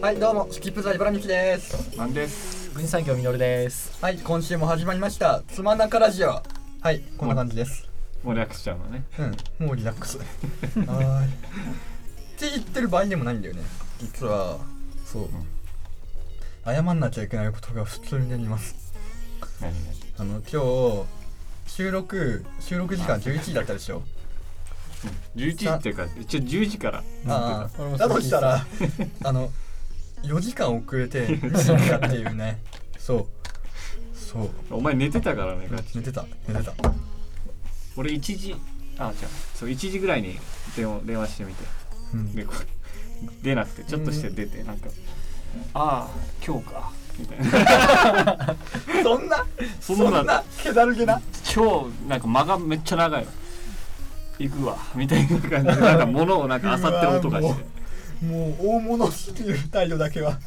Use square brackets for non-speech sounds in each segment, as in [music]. はいどうもスキップザイバラミキですなんです。軍産業みのるです。はい今週も始まりましたつまなかラジオはいこんな感じですもう略しちゃうのね。うんもうリラックスはーいって言ってる場合でもないんだよね実はそう、謝んなきゃいけないことが普通になります何々あの今日収録収録時間11時だったでしょ11時っていうか、一応10時から。あ俺あもだそうと聞いしてたたらあの4時間遅れて死んだっていうねそうそうお前寝てたからね、ガチ寝で。てた寝てた俺1時、あ、違う。そう、1時ぐらいに電話電話してみて。うんで、こう出なくて、ちょっとして出て、なんか、ああ、今日か。みたいなそんなそんな気だるげな今日なんか間がめっちゃ長いわ行くわみたいな感じ [laughs] でなんか物をなんか漁ってる音がしてもう大物っていう態度だけは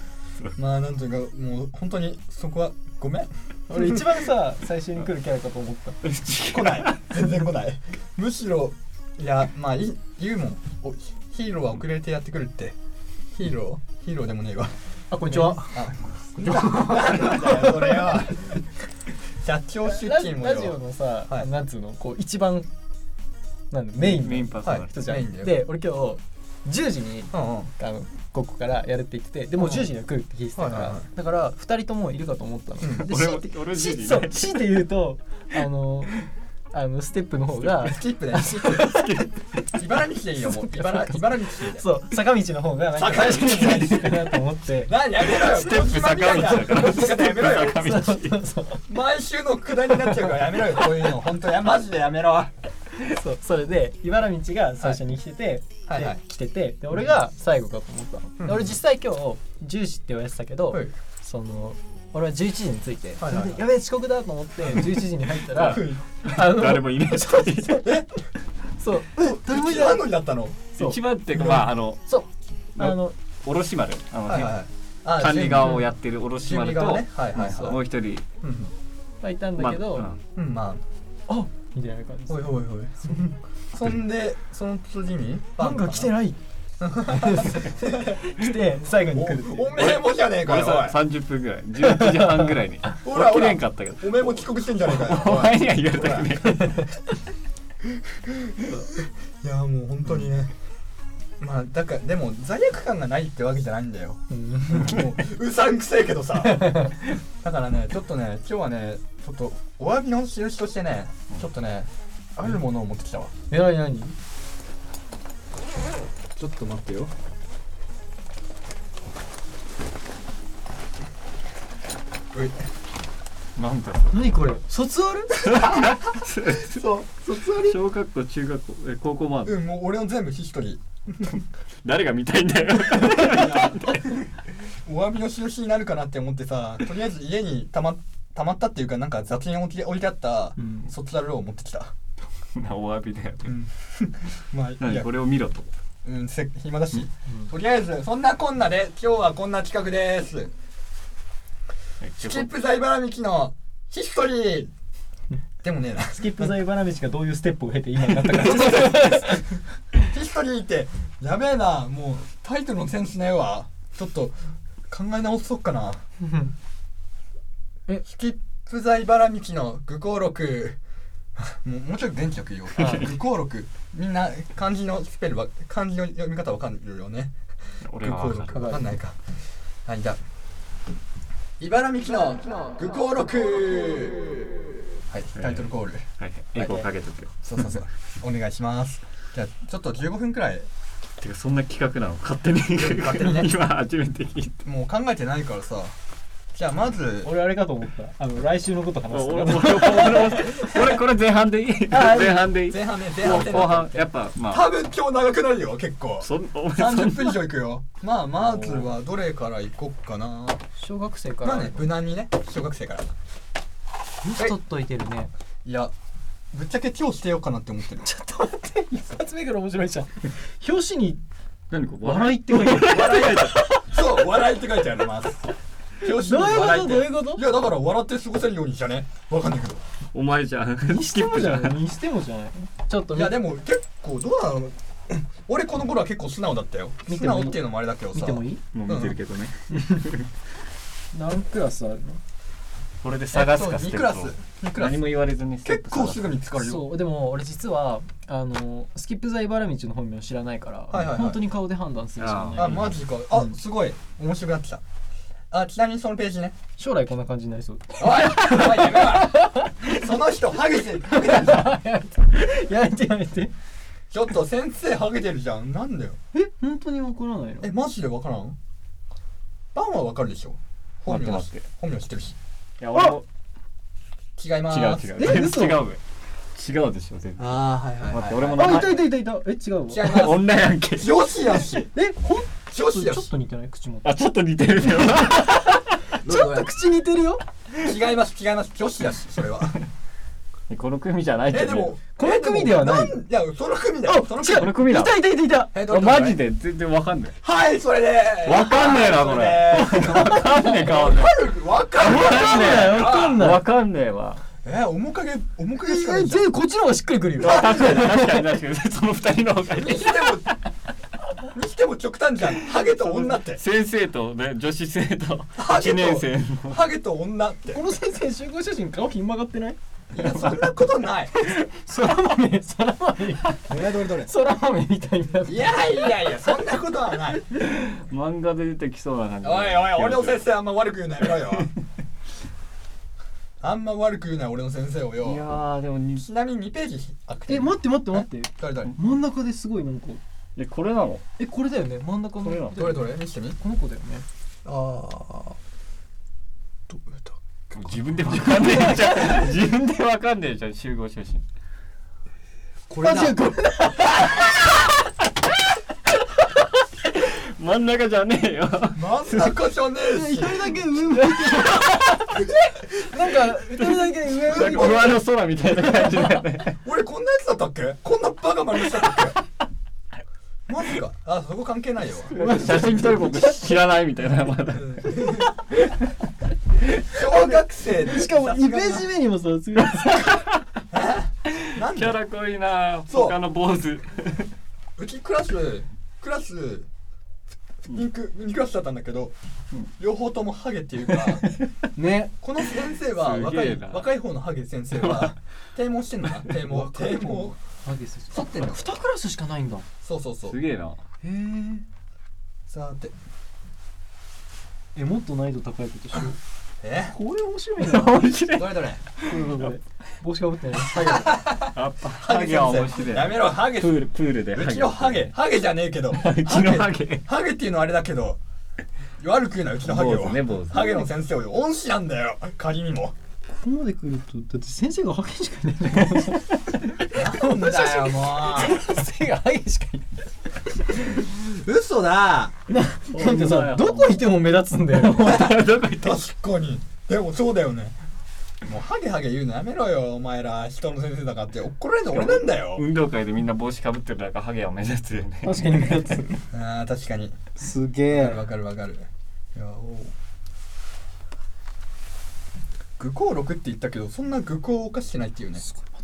まあなんていうかもう本当にそこはごめん俺一番さ、最初に来るキャラかと思った。 [laughs] 来ない全然来ないむしろいやまあい言うもんおヒヒーローは遅れてやってくるってヒーローヒーローでもねえわあ、こんにちは。あなんだよそれは社長出ラジ勤もラジオよのさ、はいなんつうの、こう一番なんだメインメイのンパーソナリテ人じゃメインだん。よで、俺今日10時にうんうんあのここからやるって言ってて、でもうん10時には来るって聞いてたかはいらはいは、だから二人ともいるかと思ったの。うんで俺強もいて俺し10時そう、強いて言うとあのあのステップの方が。スキップねスキップ茨城でいいよもう茨茨城でいいよそう坂道の方がなんか坂道最初に出てくるかなと思 [laughs] って何やめろよステップ坂道だからステップ坂道坂そう道そうそう毎週のくだりになっちゃうからやめろよこういうの本当やマジでやめろはそうそれで茨道が最初に来てて、いはいで来ててで俺が最後かと思ったの、うんで俺実際今日10時って言われてたけど、はいその俺は11時に着いて、はいはいはいそれでやべえ遅刻だと思って11時 [laughs] に入ったらあの誰もいないそう誰もいないのにだったのそう一番っていうかまああのそうあの卸丸あの、はいはいはいあ管理側をやってる卸準備丸と、側ねはいはいそうもはう一人いうんがいたんだけまあど、うんうんうんまあみたいな感じあおでいおいおいそんでその次になんか来てるない [laughs] 来て最後に来るっていうおめえもじゃねえか俺よさ30分ぐらい11時半ぐらいに [laughs] ほら俺来れんかったけどおいおめえも遅刻してんじゃねえかよおおい前には言われたくねいやもう本当にねまあだからでも罪悪感がないってわけじゃないんだようんもううさんくせえけどさだからねちょっとね今日はねちょっとお詫びの印としてねちょっとねあるものを持ってきたわえらい何ちょっと待ってよういえなんだ何これ卒アル [laughs] そう卒ア小学校中学校え高校までうんもう俺の全部ヒストリー誰が見たいんだよ [laughs] お詫びの印になるかなって思ってさとりあえず家にたまたまったっていうかなんか雑に置いて置いてあったうん卒アルを持ってきた、なお詫びだようんまあい何やこれを見ろとうん、せ暇だし、とりあえずそんなこんなで今日はこんな企画ですスキップ財原道のヒストリーでもねえなスキップ財花道がどういうステップを経て今になっ [laughs] たかヒストリーってやべえなもうタイトルのセンスねえわちょっと考え直そっかなえスキップ財原道の愚行録もうもうちょっと電気よく言おうあ愚行録みんな漢字のスペルは漢字の読み方わかるよね俺愚は行分かる録わかんないかはいじゃあ茨城の愚行録はいタイトルコールはいはいエコーかけとくよそうそうそう [laughs] お願いしますじゃあちょっと15分くらいてかそんな企画なの勝手に勝手にね [laughs] 今初めて聞いたもう考えてないからさじゃあまず [laughs] 俺あれかと思ったあの来週のこと話す俺と俺か俺俺これ前半でいい前半でいい前半ね前半後ね後半やっぱまあ多分今日長くなるよ結構そんお前そん30分以上いくよ [laughs] まあまずはどれからいこっかな小学生かまらあね無難にね小学生からミス取っといてるねいやぶっちゃけ今日してようかなって思ってるちょっと待って一発目から面白いじゃん表紙に何これ笑笑いって書いて [laughs] あるそう笑いって書いてあります表紙に笑いってどういうことどういうこといやだから笑って過ごせるようにじゃねわかんないけどお前じゃん [laughs] にしてもじゃないにしてもじゃないちょっとい見やでも結構どうなの [laughs] 俺この頃は結構素直だったよ見素てもいい直っていうのもあれだけど見さてもいいもう見てるけどね、何クラスあるのこれで探すえっかとス2クテップをラス2クラ何スも言われずにステッ結プ構すぐ見つかるよそうでも俺実はあのスキップ・ザ・イバラ道の本名知らないから、はいはいはい本当に顔で判断するしかないあマジかあすごい面白くなってきたあちなみにそのページ [laughs] ね将来こんな感じになりそう [laughs] おいおいやめろその人ハゲてるハゲてるじゃんやめてやめてちょっと先生ハゲてるじゃんなんだよえ本当にわからないのえマジでわからんパンはわかるでしょ本名は待って待って本名知ってるしいや俺も違いま違うーす違うえ全嘘然違うべ違うでしょ全然ああはいはい、はい、待って俺も名あい前たいたいたいたえ違う違いまわす女やんけ女子やしえほん女と子ちやょっしと似てない口元あちょっと似てるけどちょっと口似てるよ違います違います女子やしそ [laughs] れは [laughs] この組じゃないけえどでもこの組ではないんいやその組だあよその違組うこの組だいたいたいたいたえどあれどれマジで全然わかんないはいそれでわかんねえなこれわかんねえ顔でわかるわかるわかんねわかんえないわかんねえわえー、面影面え影しかない全じゃん然こっちの方がしっくりくるよ確かに確かに確かに [laughs] その二人の方がいいにしてもにしても極端じゃんハゲと女って先生とね女子生徒ハゲ一と年生のハゲと女ってこの先生集合写真顔ひん曲がってないいやそんなことないそら豆そら豆えどれどれそら豆みたいになっていやいやいやそんなことはない漫画で出てきそうな感じおいおい俺の先生あんま悪く言うなやめろよあんま悪く言うな俺の先生をいやよーでもにちなみに2ページあくてえ待って待って待って誰誰真ん中ですごいなんかえこれなのえこれだよね真ん中のこれだどれどれ見せてみこの子だよねああどれだ自分でわかんねえじゃん自分でわかんねえじゃん集合写真こあ違うこれだ真ん中じゃねえ [laughs] よ真ん中じゃねえ一し人だけ上向いてるなんか一人だけ上向いてなんるか上の空みたいな感じだよ [laughs] ね俺こんなやつだったっけこんなバカ丸したっけ [laughs] マジかあそこ関係ないよ、写真撮ること知らないみたいなまだうん小学生でしかもさす2がペだなージ目にもさすごいなんキャでラ濃いなそう他の坊主うちクラスクラス2ク二クラスだったんだけど、両方ともハゲって [laughs] いうかねこの先生はす若げえいな若い方のハゲ先生 [laughs] は堤毛してんのかな堤毛若い堤方毛ハゲス剃ってんの2クラスしかないんだへそうそうそうすげえなえさてえもっと難易度高いことしようえこれ面白い [laughs] なこ面白いどれどれれこれこれ帽子かぶってないやっぱハゲは面白いやめろハゲプールプールでうちのハゲハゲじゃねえけどううちのハゲハゲっていうのはあれだけど悪く言うなうちのハゲ坊を、主ね坊主ハゲの先生をよ恩師なんだよ仮にもここまで来るとだって先生がハゲしかいないなんだよも先生がハゲしかいなう [laughs] 嘘だいなんかさどこいても目立つんだよ [laughs] どこ行った確かにでもそうだよねもうハゲハゲ言うのやめろよお前ら人の先生だからって怒られるの俺なんだよ運動会でみんな帽子かぶってる中ハゲは目立つよね確かに目立つあー確かにすげわかるわかるいやおう愚行録って言ったけどそんな愚行を犯してないっていうね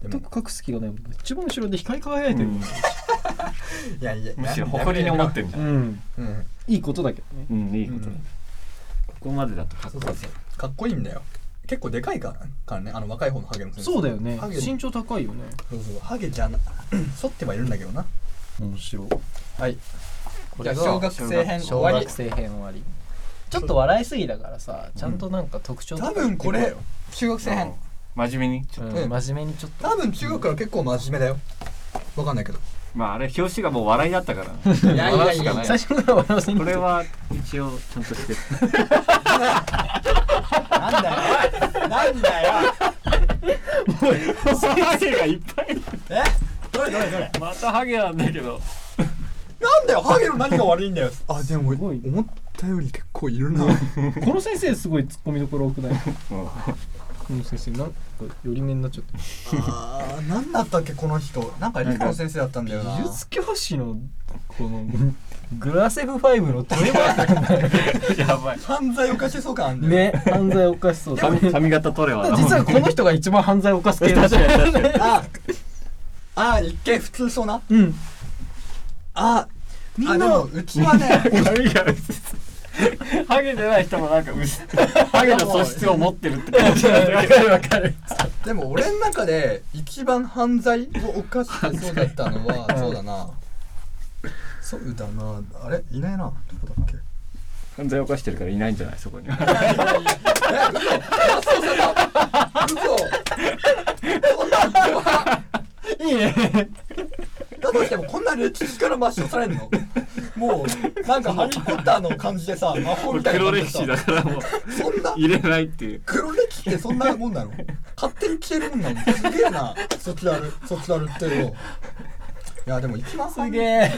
全く隠す気がない一番後ろで光り輝いてるもんいやいやむしろ誇りに思ってるんじゃんうんうんいいことだけどねうんいいうんことだここまでだとかっそこうそうそうかっこいいんだよ結構でかいからからねあの若い方のハゲの先生そうだよねハゲ身長高いよねそうそうハゲじゃな [clears throat] 剃ってはいるんだけどな面白いはいこじゃれあが小学生編終小わり学生編終わりちょっと笑いすぎだからさちゃんとなんか特徴とか多分これ中学生編うん真面目にちょっうん真面目にちょっと多分中学から結構真面目だよわかんないけどとまああれ表紙がもう笑いだったからねいやいやいや笑うしかない最初から笑わせにこ来てれは一応ちゃんとしてるなんだよなんだよハゲがいっぱいえどれどれどれ [laughs] またハゲなんだけどなんだよハゲの何が悪いんだよあでもすごい思ったより結構いるなこの先生すごいツッコミどころ多くないうんこの先生なんか寄り目になっちゃっ [laughs] たあー何だったっけこの人なんか理科の先生だったんだよな美術教師のこのグラセフ5のトレバー [laughs] やばい犯罪犯しそう感あ [laughs] んだよね犯罪を犯しそうだ髪髪型取れはな実はこの人が一番犯罪を犯す系だ確しかに確かにああ一見普通そうなうんあみあんでなもうちはね [laughs] 髪が薄いハゲてない人もなんか薄 [laughs] いハゲの素質を持ってるって感じわか [laughs] るわかるでも俺の中で一番犯罪を犯してそうだったの [laughs] はそうだなそうだなあれいないなどこだっけ犯罪を犯してるからいないんじゃないそこにえ嘘嘘嘘嘘そんな人はいいねだとしてもこんな歴史から抹消されんのもうなんかハリー・ポッターの感じでさ魔法みたいな黒感じ歴でさ史だからもうそんな入れないっていう黒歴史ってそんなもんなの勝手に消えるもんなのすげえなそちらるそちらるってよいやでも一番すげえ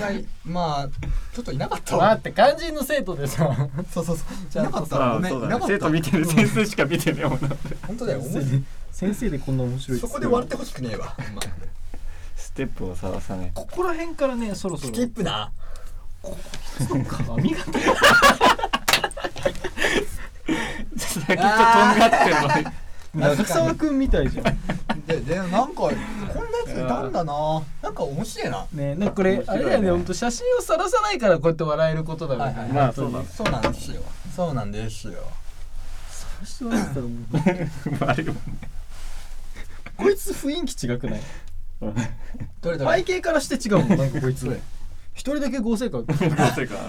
まあちょっといなかった待わって肝心の生徒でさそうそうそういなかったわあごめんいそうなだかねっ生た徒見てる先生しか見てねえもんな本当だよ思い先生でこんな面白いそこで割ってほしくねえわほんまステップを探さ [laughs] ねここら辺からねそろそろップな髪型先っちょとんがってるの長澤くんみたいじゃんででなんかこんなやついたんだななんか面白いなねなんかこれ、面白あいねれだよね本当写真を晒さないからこうやって笑えることだよね、はいはいまあ本 [laughs] 当にそうなんですよそうなんですよ晒してもらったらもうあるよこいつ雰囲気違くない [laughs] どれど背れ景からして違うもんなんかこいつ一人だけ合成感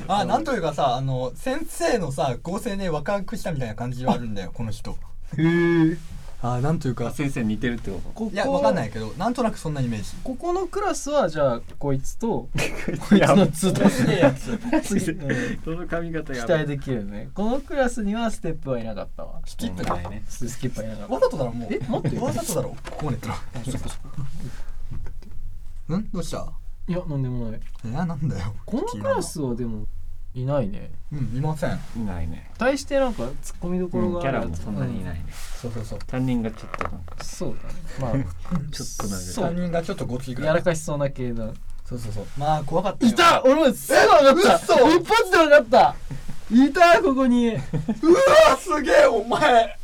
あなんというかさあの先生のさ合成ね若くしたみたいな感じはあるんだよこの人へえあなんというか先生似てるってことここいやわかんないけどなんとなくそんなイメージここのクラスはじゃあこいつとこ [laughs] いつのツートすげえやつ次、うんその髪型期やば待いできるねこのクラスにはステップはいなかったわスキップだいねスキッパーいなかった [laughs] わざとだろもうえ待ってわざとだろここまでやったらうんどうしたいやなんでもないいやなんだよこのクラスはでもいないねうんいませんいないね対してなんかツッコミどキころがあャるやラつもそんなにいないねそうそうそう担任がちょっとなんかうんそうだねまあちょっとなんかそう3人がちょっとごついぐ [laughs] 柔らいらかしそうな系だそうそうそうまあ怖かったよいた俺もすぐ分かったえ嘘一発で分かったいたここにうわすげえお前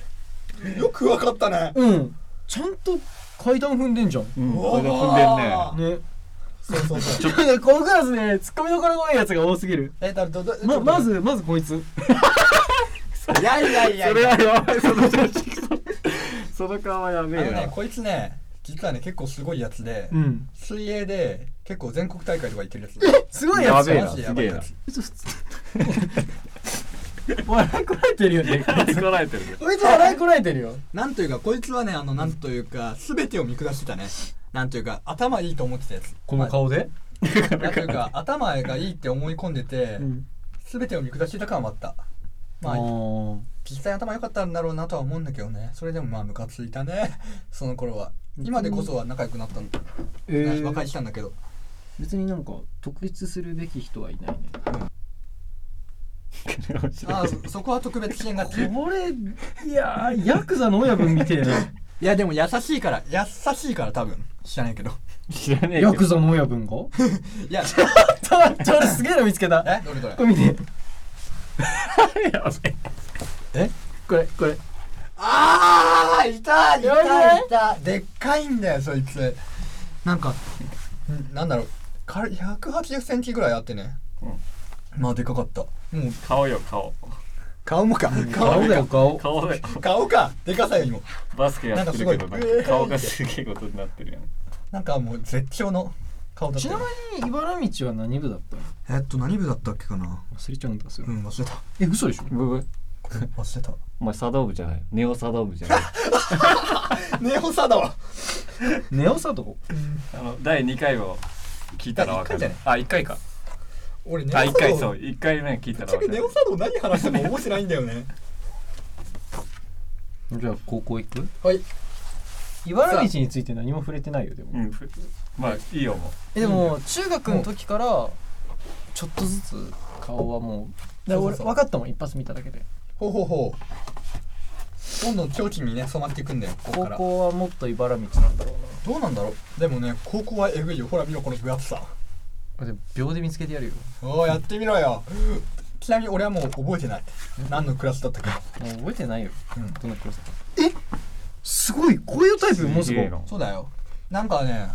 よくわかったねうんちゃんと階段踏んでんじゃんねうんうわこれが踏んでるねそうそうそう [laughs] ちょっとねこのクラスねツッコミどころが多いやつが多すぎる [laughs] えだどどままずまずこいついやいやいやそいやれはやばいその [laughs] 写真その顔はやあべのえねなこいつね実はね結構すごいやつで、うん水泳で結構全国大会とか行けるやつ [laughs] すごいやつじゃんやマべえなジでやばいやつちょっと笑いこらえてるよねこらえてるねこいつ笑いこらえてるよなんというかこいつはねあのなんというか全てを見下してたねなんというか頭いいと思ってたやつ顔で、まあなんというか頭がいいって思い込んでて、うん、全てを見下してた感はあったまあー実際頭良かったんだろうなとは思うんだけどねそれでもまあムカついたね [laughs] その頃は今でこそは仲良くなったんだ、えー和解したんだけど別になんか特筆するべき人はいないねああそそこは特別支援がっていうこれいやーヤクザの親分み [laughs] てえな [laughs] いやでも優しいから優しいから多分知らないけど知らねえヤけクどザの親 [laughs] 分がちょい [laughs] やっと待って俺すげえの見つけたえどれどれこれ見てやべええこれこれああいたいやばくたないいたでっかいんだよそいつなんかんなんだろうか180センチぐらいあってね、まあでかかったもう顔よ顔顔もか顔もだよか顔顔よ顔かでかさよりもバスケやってるけどななんんかすごいか顔がすげえことになってるやんなんかもう絶頂の顔だったちなよみに茨道は何部だったのえっと何部だったっけかな忘れちゃうんだそれ、うん忘れたえ嘘でしょブブ忘れたお前茶道部じゃないネオ茶道部じ [laughs] ゃない [laughs] ネオサだわネオ佐藤あの第2回を聞いたらわか第る一あ1回か俺ネあ1回そうぶ1回目聞いたっらちゃわけかるネオサド何話しても面白いんだよねじゃあ高校行くはい茨道について何も触れてないよでもうんふまあいいよもえでも中学の時からちょっとずつ顔はもうだから俺そうそうそう分かったもん一発見ただけでほうほうほうどんどん長期にね染まっていくんだよここ高から校はもっと茨道なんだろうなどうなんだろうでもね高校はえぐいよほら見ろこの分厚さあでも秒で見つけてやるよおおやってみろよちなみに俺はもう覚えてない何のクラスだったかもう覚えてないよ、うんどんなクラスだったえすごいこういうタイプうもうすすごげいえのそうだよなんかね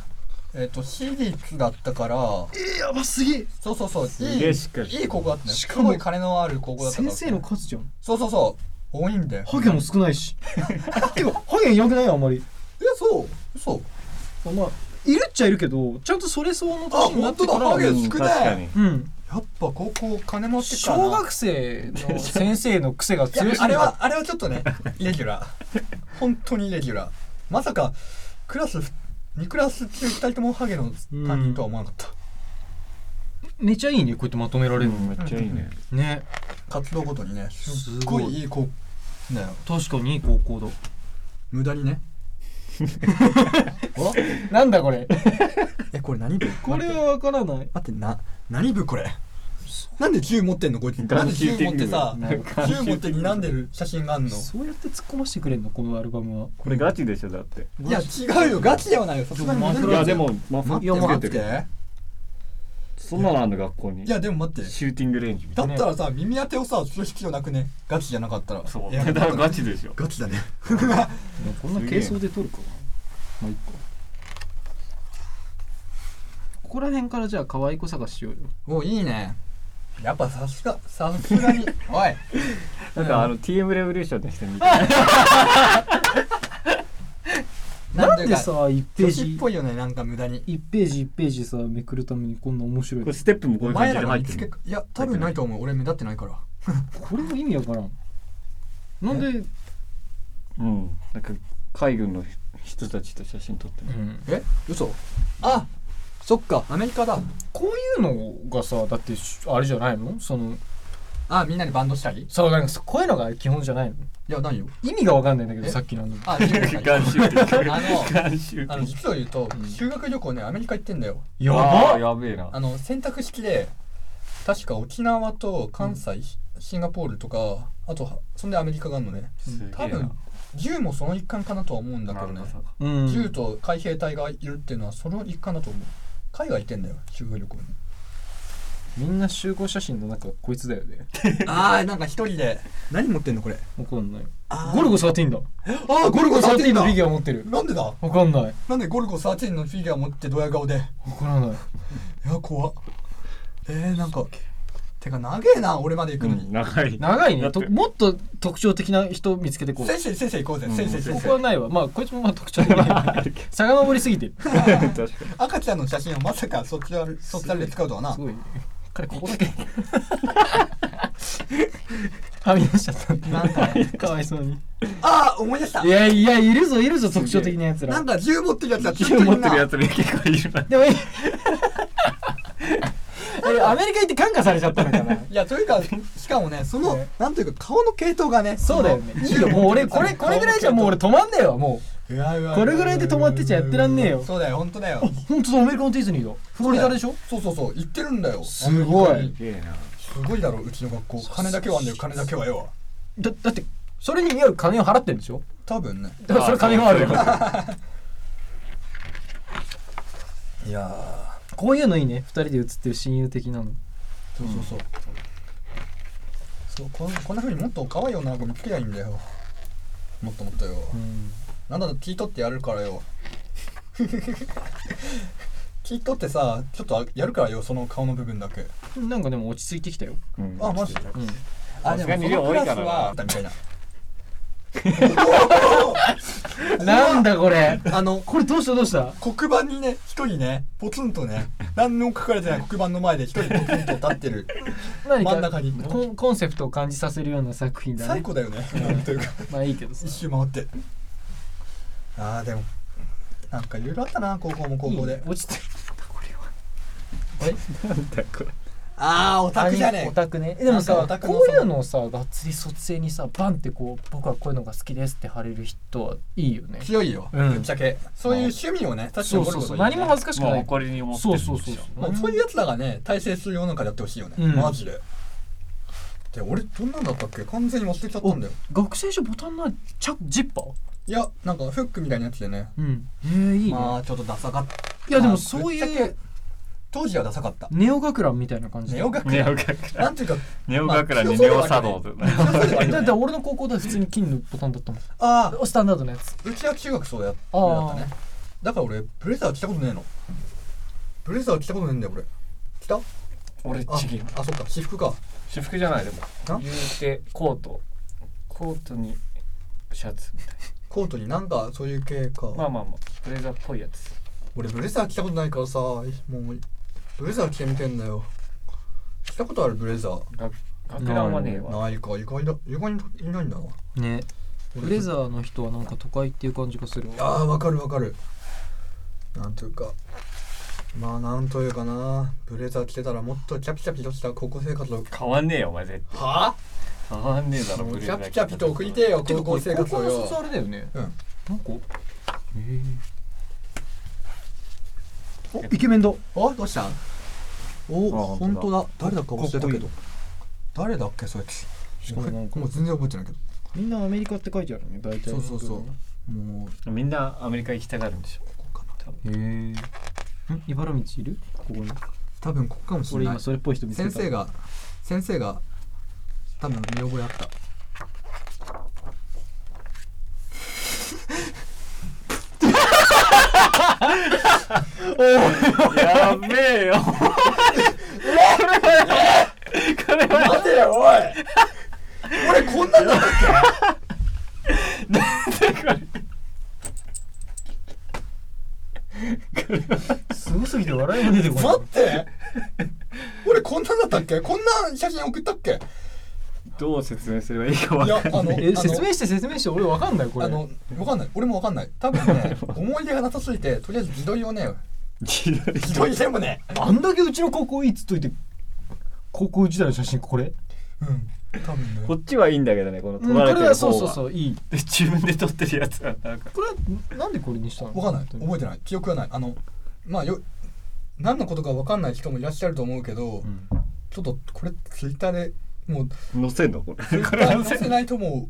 えっ、と私立だったからやばすぎそうそうそうすいげいえしっかりいい高校だったねしすかもごい金のある高校だったから先生の数じゃんそうそうそう多いんだよハゲも少ない [laughs] してかハゲいなくないよあんまりえそうそうまあいるっちゃいるけどちゃんとそれ相応のあ年にな本って当だからハゲう少ないやっんぱ高校金持ってっからな小学生の先生の癖いがや強すぎるあれはあれはちょっとねイレギュラー本当にイレギュラーまさかクラス2クラス中2人ともハゲの担任とは思わなかっためちゃいいねこうやってまとめられるのめっちゃいいねね活動ごとにねすっごすごいいいい子ね確かにいい高校だ無駄にねなんだこれえこれ何部 [laughs] これはわからない待って待ってな何部これなんで銃持ってんのこいつなんで銃持ってさ銃持って睨んでる写真があんのそうやって突っ込ましてくれんのこのアルバムはこれガチでしょだっていや違うよガチではないよさすがにでもマフいラやーでもマフ待ってラーつ待けってるてそんなのあんの学校にいやでも待ってシューティングレンジみただいっなたらさ耳当てをさする必要なくねガチじゃなかったらそういやだからガチでしょガチだねこんな軽装で撮るかなまあいっかここら辺からじゃあ可愛い子探ししようよおいいねやっぱさすがさす [laughs] がにおいなんかあの TM レボリューションでしてみたいなんていうでかさ1ペー女子ジっぽいよねなんか無駄に1ページ1ページさめくるためにこんな面白いこのれステップもこうおいう感前じらでが入っ見てつけいるや多分ないと思う俺目立ってないからこれも意味わからんなんでうんなんか海軍の人たちと写真撮ってねえ嘘あそっかアメリカだこういうのがさだってしあれじゃないのそのあみんなでバンドしたりさなんかそこういうのが基本じゃないいのや何よ意味がわかんないんだけどえさっきのあの [laughs] あ自由にガンシューティングあのガンシューティあのング実を言うと、修学旅行ねアメリカ行ってんだよやあーばやべえなあの選択式で確か沖縄と関西、シンガポールとかあとはそんでアメリカがあるのねすげえな多分10もその一環かなとは思うんだけどねなるほどうん銃と海兵隊がいるっていうのはその一環だと思う海外行ってんだよ修学旅行にみんな集合写真の中こいつだよ [laughs] ねああなんか一人で何持ってんのこれわかんないあゴルゴ13だあーゴルゴゴルゴ13 13のだフィギュア持ってるなんでだわかんないわなんでゴルゴ13のフィギュア持ってドヤ顔でいからないや怖っえー、なんかてか長えな俺まで行くのうに、ん長い長いだねっと [laughs] てもっと特徴的な人見つけてこう先生先生行こうぜ、うん先生先生先ここ生はないわまあこいつもまあ特徴的だけど遡りす [laughs] ぎてる確かに赤ちゃんの写真をまさかそちらそちらで使うとはなすごいね彼ここ [laughs] だけはみ出しちゃったんなんかね [laughs] かわいそうにああ思い出したいやいやいるぞいるぞ特徴的なやつならんか銃持ってるやつが銃持ってるやつに結構いるなでもいい [laughs] えアメリカ行って感化されちゃったのかないやというかしかもねそのねなんというか顔の系統がねそうだよねいいよもう俺これこれぐらいじゃもう俺止まんねえわもうわうわこれぐらいで止まってちゃやってらんねえよそうだよ本当だよう本当だアメリカのディズニーだフロリダでしょそうそうそう行ってるんだよすごいアメリカにすげえなすごいだろうちの学校金だけはあんだよ金だけはよだだってそれに見合う金を払ってんでしょ多分ねだからそれ金があるよいやこういうのいいね二人で写ってる親友的なーのそうそうそうそうこんこんな風にもっと可愛い女の子見つけりゃいいんだよもっともっとようんなんだろう聞いとってやるからよ [laughs] 聞いとってさちょっとやるからよその顔の部分だけなんかでも落ち着いてきたよ。うんあマジうん。あさですがもにそのクラ量多スいからはなみたいななんだこれ。あのこれどうしたどうした。黒板にね一人ねポツン [laughs] とね何も書かれてない黒板の前で一人ポツンと立ってる何か真ん中にコンコンセプトを感じさせるような作品だ最ね。高だよねなんというかまあいいけどさ一。周回ってあーでもなんかいろいろあったな高校も高校でいいね落 [laughs] ちてる。これは。なんだこれああオタクじゃねオえタクね。でもなんさかオタクのこういうのをさがっつり卒生にさバンってこう僕はこういうのが好きですって貼れる人はいいよね。強いよ、うんぶっちゃけそういう趣味をね確かそにうゴそルうゴそといいう。ね何も恥ずかしくまあない。誇りに思ってるそうんでしそょうそうそう。まあ、そういうやつらがね大成する世の中でやってほしいよね、うんマジでで俺どんなんだったっけ完全に忘れちゃったんだよ学生証ボタンないチャジッパー？いやなんかフックみたいなやつでねうん。えーいいね。まあちょっとダサかったいやでもそういまあぶっちゃうけ当時はダサかったネオ学ランみたいな感じ。ネオ学ネオラ学ラなんていうかネオ学ラにネオ茶道でだって俺の高校では普通に金のボタンだったもん。ああスタンダードのやつ。うちは中学そうやだっあたねだから俺ブレザー着たことねえのブレザー着たことねえんだよ俺着た俺あちげえあそっか私服か私服じゃないでもな言うてコートコートにシャツみたいコートになんかそういう系か、なまあまあまあブレザーっぽいやつ俺ブレザー着たことないからさもうブレザー着てみてんだよ着たことあるブレザー学学ランはねえわないか意外だ意外にいないんだなねブレザーの人はなんか都会っていう感じがするわあーわかるわかるなんというかまあなんというかなブレザー着てたらもっとキャピキャピとした高校生活を変わんねえよお前絶は対変わんねえだろもブうレキザーャピキャピと送りてえよてか高こ校れ生高活校をのよ卒あれだよねうんなんかえおイケメンだおどうしたんおあ本当だ誰だか忘れたかっこいけいど誰だっけそいつしかももなんかう全然覚えてないけどみんなアメリカって書いてあるね大体そうそうそうもうみんなアメリカ行きたがるんでしょここかな多分へえん茨道いるここに多分ここかもし俺れな今いそれっぽい人見つけ先た生が先生が多分見覚えあったやべえよこれはやばいこれは待てよおい俺こんなんだったっすごすぎて笑いも出てこけない待 [laughs] って俺こんなんだったっけこんな写真送ったっけどう説明すればいいかい分やかあんないのあえの説明して説明して俺わかんないこれあのわかんない俺もわかんない多分 [laughs] ね思い出がなさすぎてとりあえず自撮りをね [laughs] 自撮りでもねあんだけうちの高校いいっつっといて高校時代の写真これうん多分ねこっちはいいんだけどねこのう取んらこれてれる方ははそうそうそういいで自分で撮ってるやつはなんかこれはなんでこれにしたのわかんない覚えてない記憶がないあのまあよ何のことかわかんない人もいらっしゃると思うけど、んちょっとこれツイッターでもう載せんのこれツイッター載せないとも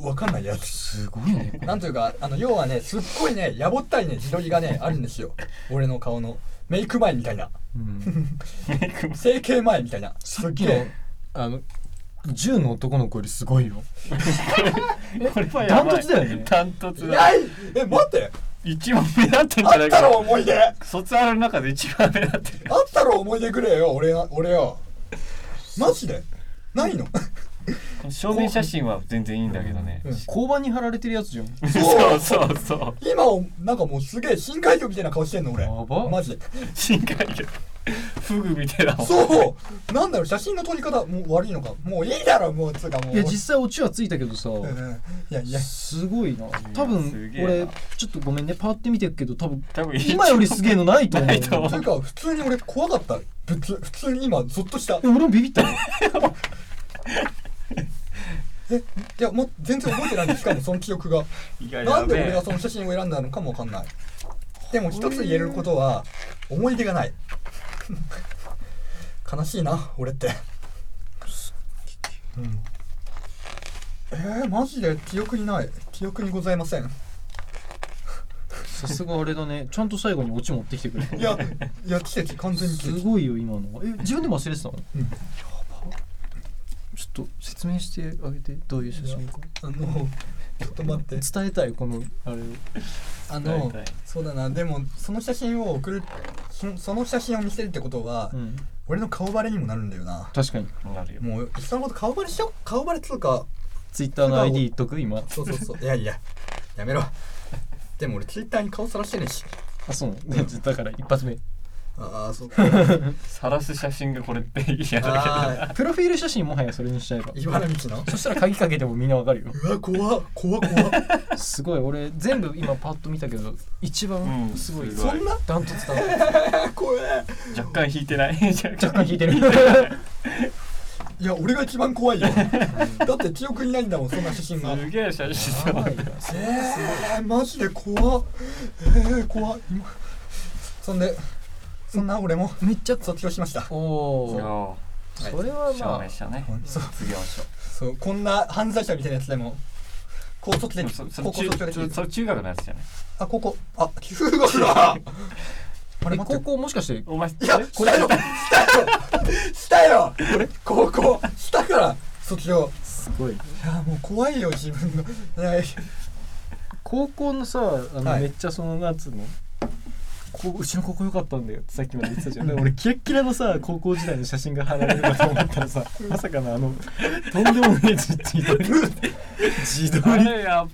うわかんないやつすごいねこれなんというかあの要はねすっごいねやぼったいね自撮りがねあるんですよ俺の顔のメイク前みたいなうん [laughs] 整形前 [laughs] みたいなさすっっげきのえあの銃の男の子よりすごいよこれはやばいダントツだよねダントツだないえ待って一番目立ってんじあゃなっいたかろ思い出あ卒アルの中で一番目立ってるったろ思い出くれよ俺は俺よマジでないの証明写真は全然いいんだけどね、うん交番に貼られてるやつじゃん [laughs] そうそうそう今なんかもうすげえ深海魚みたいな顔してんの俺やばマジで深海魚フグみたいなもんそうなんだろう写真の撮り方もう悪いのかもういいだろもうつうかもういや実際オチはついたけどさうんうんいやいやすごいな多す分げえ俺なちょっとごめんねパーって見てるけど多分多分今よりすげえのないと思ないと思うというか普通に俺怖かった普通普通に今ゾッとしたえ俺もビビったよえいやもう全然覚えてないんですしかもその記憶がいやなんでやべえ俺がその写真を選んだのかもわかんないでも一つ言えることは思い出がない [laughs] 悲しいな俺ってうんえー、マジで記憶にない記憶にございませんさすがあれだねちゃんと最後にオチ持ってきてくれたいやいや奇跡完全に奇す跡ごいよ今のえ自分でも忘れてたの、うんやばちょっと説明してあげてどういう写真かあのちょっと待って伝えたいこのあれをあ伝えのたいそうだなでもその写真を送るそその写真を見せるってことは、うん俺の顔バレにもなるんだよな確かになるよもういっそのこと顔バレしよう顔バレっつうかツイッターの ID 言っとく今そうそうそういやいややめろでも俺ツイッターに顔さらしてねえしあそうなのだから一発目ああそう [laughs] か晒す写真がこれって嫌だああプロフィール写真もはやそれにしちゃえば茨道のそしたら鍵かけてもみんなわかるようわ怖っ怖っ怖っすごい俺全部今パッと見たけど一番すごい、うんすご [laughs] そんなダントツだな怖えけど若干引いてない [laughs] 若若干引いて [laughs] るいや俺が一番怖いよだって記憶にないんだもんそんな写真がすげえ写真だやばわいなえー、マジで怖っえー、怖っ今そんでそんな俺もめっちゃ卒業しましたおいやおーそれは証ま明したねそう卒業証そうこんな犯罪者みたいなやつでも高卒でで高も校卒そそ中業できるそ中学のやつじゃないあここあ [laughs] 中国だああれえ待っ高て校もしかしてお前いやえしたよしたよしたよ俺高校したから卒業すごいいやもう怖いよ自分がいやい高校のさあのはいめっちゃそのなんつうの、こううちの高校良かったんだよってさっきまで言ってたじゃんで俺キラッキラのさ高校時代の写真が貼られるかと思ったら [laughs] さまさかのあのとんでもねえ自撮り自撮ありれやっ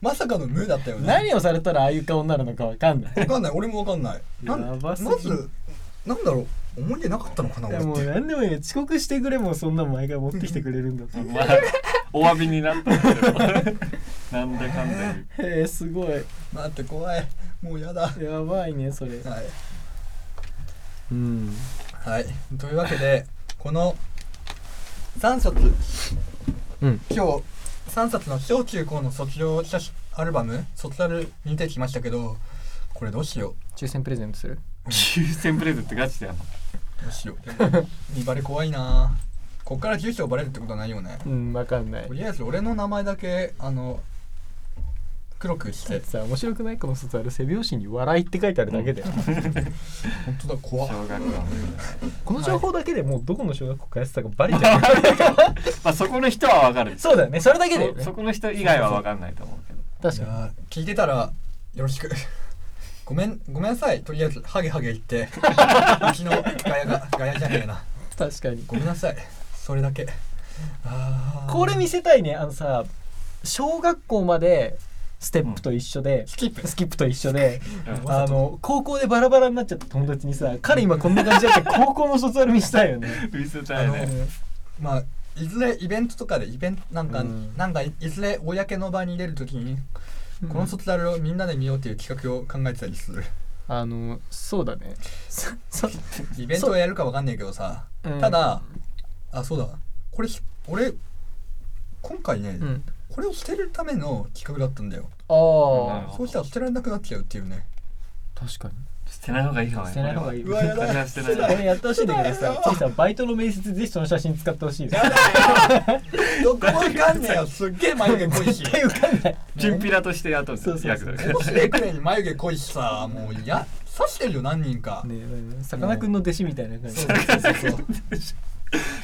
まさかの無だったよね何をされたらああいう顔になるのかわかんないわかんない俺もわかんないなんやまばすぎずなんだろう思い出なかったのかない俺やっもうて何でもいいよ遅刻してくれもそんなの毎回持ってきてくれるんだってぱ、まあ、お詫びになったけどなんだかんだ言う [laughs] へえすごい待って怖いもうやだはいやばいねそれうんはいというわけでこの3冊うん今日3冊の小中高の卒業写真アルバム卒アルに出てきましたけどこれどうしよ抽選プレゼントする抽選プレゼントガチだようどうしようでも見バレ怖いなこっから住所バレるってことはないよねうんわかんないとりあえず俺の名前だけあの黒くしてさ面白くないこの卒アル背表紙に「笑い」って書いてあるだけで、本当だ怖っ小学校の [laughs] この情報だけでもうどこの小学校通ってたかバレちゃう、まあそこの人はわかる [laughs] そうだよねそれだけで、そそこの人以外はわかんないと思うけど確いかにやー聞いてたらよろしく [laughs] ごめんごめんなさいとりあえずハゲハゲ言って [laughs] うちのガヤがガヤじゃねえな確かにごめんなさいそれだけあーこれ見せたいねあのさ小学校までステップと一緒で、スキップスキップと一緒 [laughs] でうんあの高校でバラバラになっちゃった友達にさ彼今こんな感じだって高校の卒アル見したいよね見せたいねまあいずれイベントとかでイベントなんか、うんなんかいいずれ公の場に出るときに、うんこの卒アルをみんなで見ようという企画を考えてたりするあのそうだねそそイベントはやるかわかんないけどさ、うんただあそうだこれ俺今回ね、うんこれを捨てるための企画だったんだよあああそうしたら捨てられなくなっちゃうっていうね確かに捨てない方がいいかもね捨てない方がいいわやこれは捨てこないれやってほしいんだけどさ、次さ、バイトの面接でぜひその写真使ってほしいです。どこもいかんねえ [laughs] よすっげえ眉毛濃いし絶対受かんない。チンピラとして雇うんだよそうそうそ役うだ面白いくらいに眉毛濃いしさもういや刺してるよ何人か、ねえ、さかなクンの弟子みたいな感じ。そうそうそう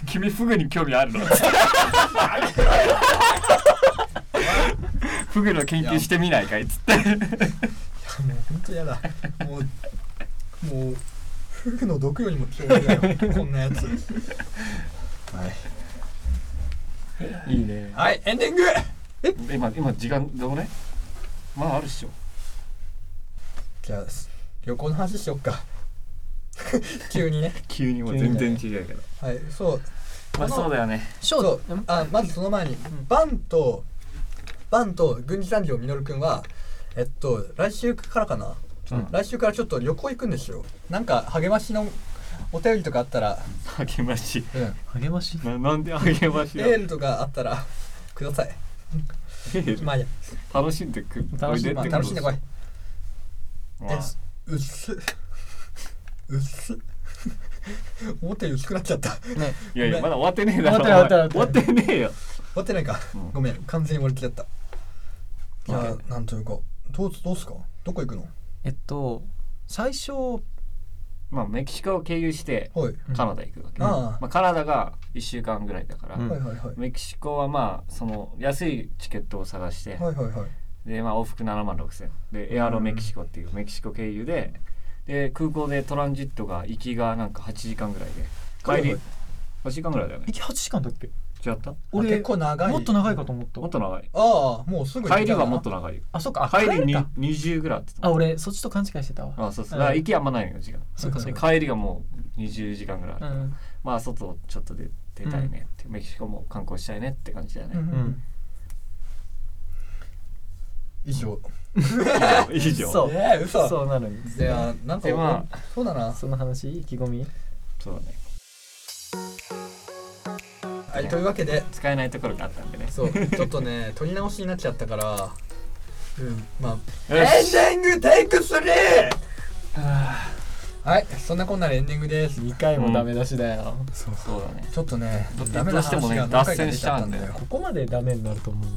君フグに興味ある [laughs] のフグの研究してみないかいっつってもう本当やだもうもうフグの毒よりも強烈だよこんなや [laughs] つはい、いいね。はい、エンディング今今時間どこねまああるっしょじゃあ旅行の話しよっか [laughs] 急にね急にもう全然違うけどはいそうまあそうだよねショそうート。あまずその前にバンとバンと軍事産業みのるくんはえっと来週からかな、うん来週からちょっと旅行行くんですよなんか励ましのお便りとかあったら、励ましうん、励まし。ななんで励ましエやールとかあったらくださいまあいいや、楽しんでく楽しんでまあ、楽しんでこいまあうっすうっす思ったより薄くなっちゃったね。いやいやまだ終わってねえだろ終わってないお前終わって終わってねえよ終わってないか、うんごめん完全に俺切れちゃったいや、 OK なんというかどうどうすかどこ行くのえっと、最初、まあメキシコを経由してはい、カナダ行くわけ、ああまあ、カナダが1週間ぐらいだから、うんはいはいはいメキシコはまあその安いチケットを探して、はいはいはいでまあ往復7万6000でエアロメキシコっていうメキシコ経由でで空港でトランジットが行きがなんか8時間ぐらいで帰はりい8時間ぐらいだよね行き8時間だっけ違ったあ結構長いもっと長いかと思ったもっ。と長いああもうすぐ行けた帰りはもっと長いよあ、そっか。あ帰りにか20ぐらいって言あ、って俺、そっちと勘違いしてたたわ。あそうそううんだから行きあんまないのよ時間そっかそでっか。帰りがもう20時間ぐらいあるうから、ん。まあ外ちょっと出出たいねって、メキシコも観光したいねって感じだようんね、うんうん以上 [laughs] 以上以上そうええ嘘そうなのに。いやなんかでまそうだなその話、意気込みそうだねはいというわけで使えないところがあったんでねそうちょっと [laughs] ね撮り直しになっちゃったからうんまあよエンしディングテイク 3! はいそんなこんなでエンディングです2回もダメ出しだよ。そうだねちょっとねどダメな話がど何うしてもね回か出ちゃったんだ脱線しちゃうんだよここまでダメになると思うよ。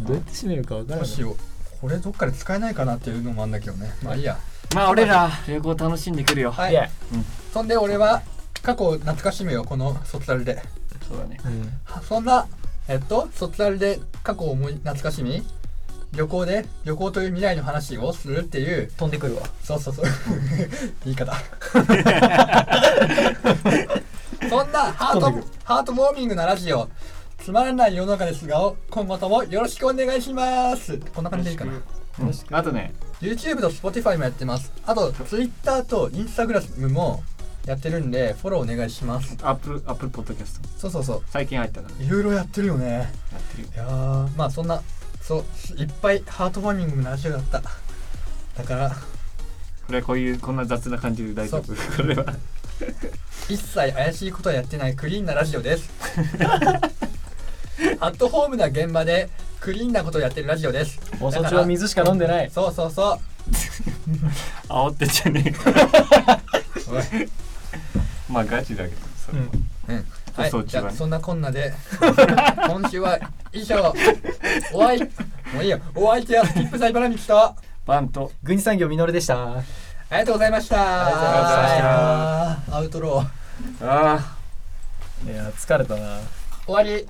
どうやって締めるかわからどうない。しようこれどっかで使えないかなっていうのもあんだけどねまあいいやまあ俺ら旅行楽しんでくるよ、はいいやそんで俺は過去を懐かしむよこの卒アルでそうだねうんそんな、えっと、卒アルで過去を思い懐かしみ、旅行で旅行という未来の話をするっていう飛んでくるわそうそうそう [laughs] 言い [laughs] 方そんなハー飛んでトくハートウォーミングなラジオつまらない世の中ですが今後ともよろしくお願いしますこんな感じでいいかなうんあとね YouTube と Spotify もやってますあと Twitter と Instagram もやってるんでフォローお願いしますアップアップルポッドキャストそうそうそ最近入ったからういろいろやってるよねやってるよいやーまあそんなそういっぱいハートウォーミングなラジオだっただからこれはこういうこんな雑な感じで大丈夫これは一切怪しいことはやってないクリーンなラジオですアットホームな現場でクリーンなことをやってるラジオですおだからそちは水しか飲んでないそうそうそう煽ってんじゃねえかおいまあガチだけどそれもうんはい、そっちじはねゃあそんなこんなで [laughs] 今週は以上お相もういいよお相手はスキップサイバラミキとあバンと軍事産業みのるでしたりがとうございましたありがとうございまアウトローああいや疲れたな終わり